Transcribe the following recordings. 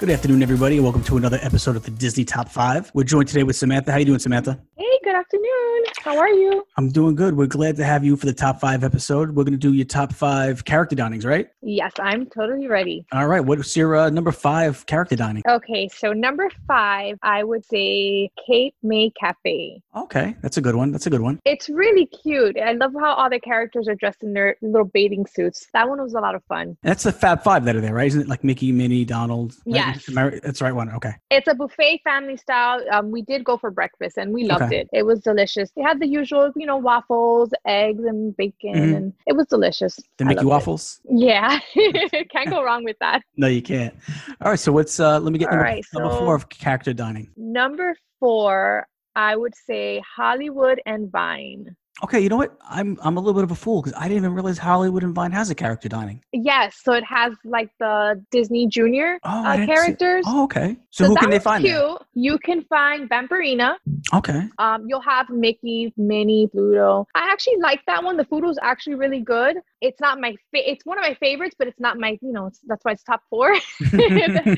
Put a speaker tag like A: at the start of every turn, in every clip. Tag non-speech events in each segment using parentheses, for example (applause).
A: Good afternoon, everybody. and Welcome to another episode of the Disney Top Five. We're joined today with Samantha. How you doing, Samantha?
B: Hey, good afternoon. How are you?
A: I'm doing good. We're glad to have you for the top five episode. We're going to do your top five character dinings, right?
B: Yes, I'm totally ready.
A: All right. What's your uh, number five character dining?
B: Okay, so number five, I would say Cape May Cafe.
A: Okay, that's a good one. That's a good one.
B: It's really cute. I love how all the characters are dressed in their little bathing suits. That one was a lot of fun.
A: And that's the Fab Five that are there, right? Isn't it like Mickey, Minnie, Donald? right?
B: Yes.
A: Am I- That's the right one. Okay.
B: It's a buffet family style. Um, we did go for breakfast and we loved
A: Okay.
B: it. It was delicious. They had the usual, you know, waffles, eggs, and bacon,
A: Mhm.
B: and it was delicious.
A: The
B: I
A: Mickey
B: loved it.
A: waffles?
B: Yeah, (laughs) can't go wrong with that.
A: No, you can't. All right. So what's uh? Let me get
B: All
A: number,
B: right,
A: number
B: so-
A: four of character dining.
B: Number four, I would say Hollywood and Vine.
A: Okay. You know what? I'm I'm a little bit of a fool because I didn't even realize Hollywood and Vine has a character dining.
B: Yes, so it has like the Disney Junior
A: Oh, I
B: uh,
A: didn't see-
B: characters.
A: Oh, okay. So, who
B: that
A: can they
B: was
A: find?
B: Cute.
A: there?
B: You can find Vampirina. (laughs)
A: Okay.
B: Um, you'll have Mickey, Minnie, Pluto. I actually like that one. The food was actually really good. It's not my fa- it's one of my favorites, but it's not my you know it's, that's why it's top
A: (laughs)
B: four. (laughs) um,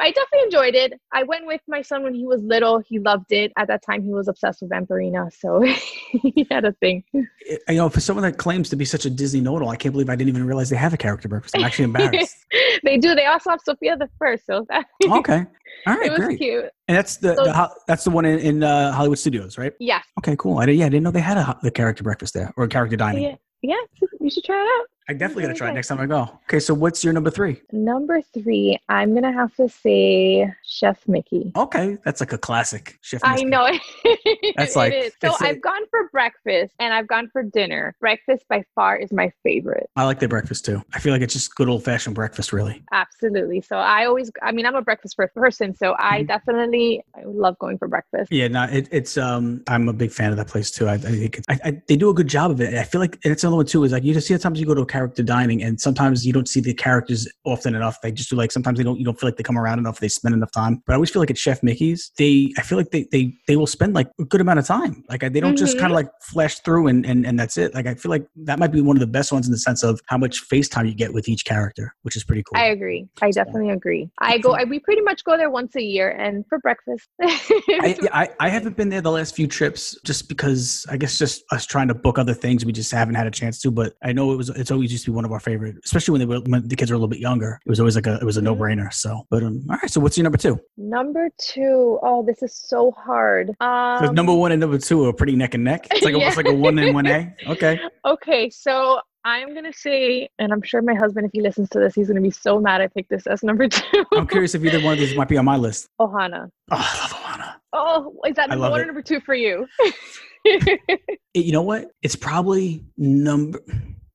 B: I definitely enjoyed it. I went with my son when he was little. He loved it. At that time, he was obsessed with Vampirina, so (laughs) he had a thing.
A: I- you know, for someone that claims to be such a Disney know I can't believe I didn't even realize they have a character breakfast. I'm actually
B: (laughs)
A: embarrassed. Oh,
B: they do. They also have Sophia the First, so that, (laughs)
A: okay, all
B: it
A: right,
B: was
A: great.
B: cute.
A: And that's the,
B: So-
A: the ho- that's the one in, in uh, Hollywood Studios, right?
B: Yes.
A: Okay, cool. I did, yeah, I didn't know they had a ho- the character breakfast there or character dining.
B: Yeah, yeah, you should try it out.
A: I definitely gotta
B: really
A: try it
B: good.
A: next time I go. Okay, so what's your number three?
B: Number three, I'm gonna have to say Chef Mickey.
A: Okay, that's like a classic. Chef
B: I
A: Mickey.
B: know (laughs) it.
A: That's
B: It
A: like-
B: is. So
A: it's like-
B: I've gone for breakfast and I've gone for dinner. Breakfast by far is my favorite.
A: I like their breakfast too. I feel like it's just good old fashioned breakfast, really.
B: Absolutely. So I always, I mean, I'm a breakfast first person, so I
A: Mhm.
B: definitely I love going for breakfast.
A: Yeah, no, it, it's um, I'm a big fan of that place too. I, I think it's, I, I, they do a good job of it. And I feel like and it's another one too. Is like you just see sometimes you go to a character dining and sometimes you don't see the characters often enough. They just do like sometimes they don't you don't feel like they come around enough. They spend enough time. But I always feel like at Chef Mickey's, they I feel like they they they will spend like a good amount of time. Like I- they don't just
B: Mhm.
A: kind of like flash through and and and that's it. Like I feel like that might be one of the best ones in the sense of how much face time you get with each character, which is pretty cool.
B: I agree. I definitely agree. I go. I, we pretty much go there once a year, and for breakfast. (laughs)
A: (laughs) I, yeah, I, I haven't been there the last few trips just because I guess just us trying to book other things we just haven't had a chance to. But I know it was it's always used to be one of our favorite, especially when they were when the kids were a little bit younger. It was always like a it was a no brainer. So, but um, all right. So what's your number two?
B: Number two. Oh, this is so hard. Um,
A: 'Cause number one and number two are pretty neck and neck. It's (laughs) like almost
B: Yeah.
A: like a one and one A. Okay.
B: Okay, so I'm gonna say, and I'm sure my husband, if he listens to this, he's gonna be so mad I picked this as number (laughs) two.
A: (laughs) I'm curious if either one of these might be on my list.
B: Ohana.
A: Oh, I love Alana.
B: Oh, is that
A: I
B: number
A: love
B: one
A: it.
B: or number two for you? (laughs)
A: It- you know what? It's probably number.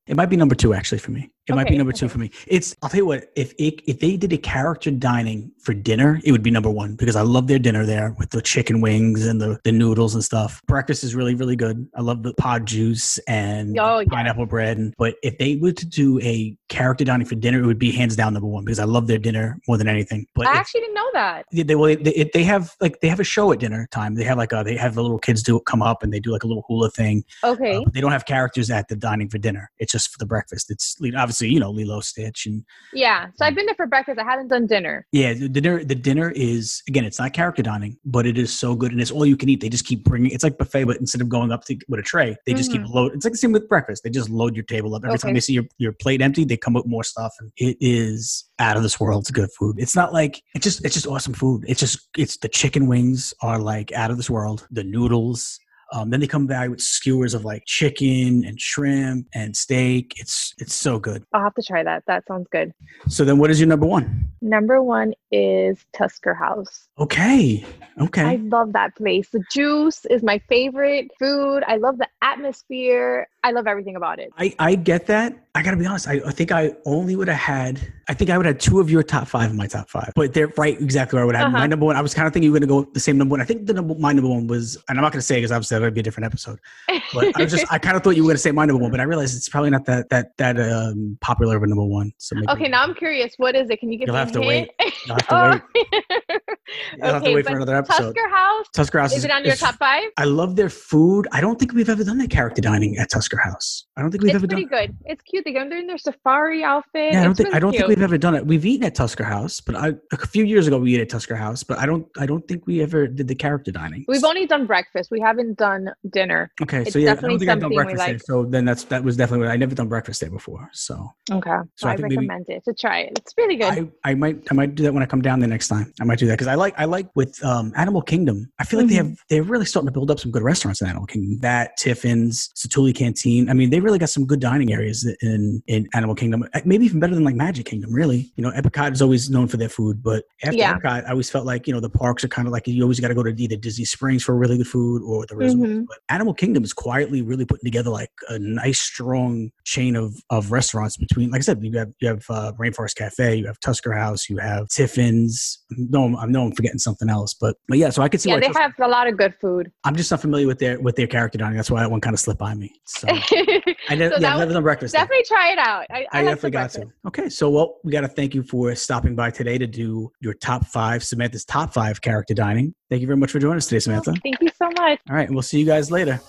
A: It might be number two actually for me. It might be
B: Okay,
A: number two
B: okay.
A: for me. It's. I'll tell you what. If it, if they did a character dining for dinner, it would be number one because I love their dinner there with the chicken wings and the, the noodles and stuff. Breakfast is really really good. I love the pod juice and
B: Oh, yeah.
A: pineapple bread. And, but if they were to do a character dining for dinner, it would be hands down number one because I love their dinner more than anything. But
B: I
A: it's-
B: actually didn't know that.
A: yeah, they well, they, it- they have like they have a show at dinner time. They have like a, they have the little kids do come up and they do like a little hula thing. Uh,
B: Okay.
A: but they don't have characters at the dining for dinner. It's just for the breakfast. It's you know, obviously you know Lilo Stitch and
B: Yeah. So
A: Mm.
B: I've been there for breakfast. I haven't done dinner.
A: yeah. The dinner the dinner is again it's not character dining, but it is so good and it's all you can eat. They just keep bringing it's like buffet, but instead of going up to, with a tray, they just keep load. It's like the same with breakfast. They just load your table up every time
B: Okay.
A: they see your, your plate empty. They come up with more stuff. And it is out of this world. It's good food. It's not like it's just it's just awesome food. It's just it's the chicken wings are like out of this world. The noodles. Um, then they come back with skewers of like chicken and shrimp and steak. It's it's so good.
B: I'll have to try that. That sounds good.
A: So then, what is your number one?
B: Number one is Tusker House.
A: Okay, okay.
B: I love that place. The juice is my favorite food. I love the atmosphere. I love everything about it.
A: I, I get that. I gotta be honest. I, I think I only would have had. I think I would have two of your top five in my top five. But they're right exactly where I would have my
B: Uh-huh.
A: number one. I was kind of thinking you were gonna go with the same number one. I think the number my number one was, and I'm not gonna say because obviously that would be a different episode. But I was just I kind of thought you were gonna say my number one, but I realized it's probably not that that that um, popular of a number one. So maybe
B: (laughs) okay, now I'm curious. What is it? Can you give
A: You'll
B: me
A: have
B: a
A: to
B: hint? Oh.
A: You'll
B: (laughs)
A: have to wait. You'll have to
B: Okay,
A: wait for
B: but
A: another episode.
B: Tusker House.
A: Tusker House
B: Is it on your
A: is-
B: top five?
A: I love their food. I don't think we've ever done that character dining at Tusker House. I don't think we've
B: It's
A: ever
B: pretty
A: done.
B: good. It's cute. They go- They're in their safari outfit.
A: Yeah, I don't
B: It's
A: think
B: really
A: I don't
B: cute.
A: think we've ever done it. We've eaten at Tusker House, but I, a few years ago we ate at Tusker House, but I don't I don't think we ever did the character dining.
B: We've only done breakfast. We haven't done dinner.
A: okay,
B: it's
A: so yeah, I
B: definitely
A: don't think I've done
B: something we
A: breakfast there. So
B: like.
A: then that's that was definitely what I never done breakfast there before. So
B: Okay.
A: So
B: I,
A: I think maybe-
B: recommend it to try it. It's really good.
A: I, I might I might do that when I come down the next time. I might do that because I like I like with um, Animal Kingdom. I feel like
B: Mm-hmm.
A: they have they're really starting to build up some good restaurants in Animal Kingdom. That Tiffin's, Satuli Canteen. I mean, they really got some good dining areas in in Animal Kingdom. Uh, Maybe even better than like Magic Kingdom. Really, you know, Epcot is always known for their food, but after
B: Yeah.
A: Epcot, I always felt like you know the parks are kind of like you always got to go to either Disney Springs for really good food or the resort.
B: Mhm.
A: But Animal Kingdom is quietly really putting together like a nice strong chain of of restaurants between. Like I said, you have you have uh, Rainforest Cafe, you have Tusker House, you have Tiffin's. No, I'm- I know I'm forgetting something else, but but yeah. So I could see.
B: yeah,
A: why
B: they
A: Tusker-
B: have a lot of good food.
A: I'm just not familiar with their with their character dining. That's why that one kind of slipped by me.
B: (laughs)
A: So Oh, I never, yeah,
B: So that
A: I've never done breakfast. there.
B: Definitely try it out. I, I,
A: I,
B: like the
A: definitely got to.
B: breakfast.
A: Okay, so well, we got to thank you for stopping by today to do your top five, Samantha's top five character dining. Thank you very much for joining us today, Samantha.
B: Thank you so much.
A: All right, and we'll see you guys later.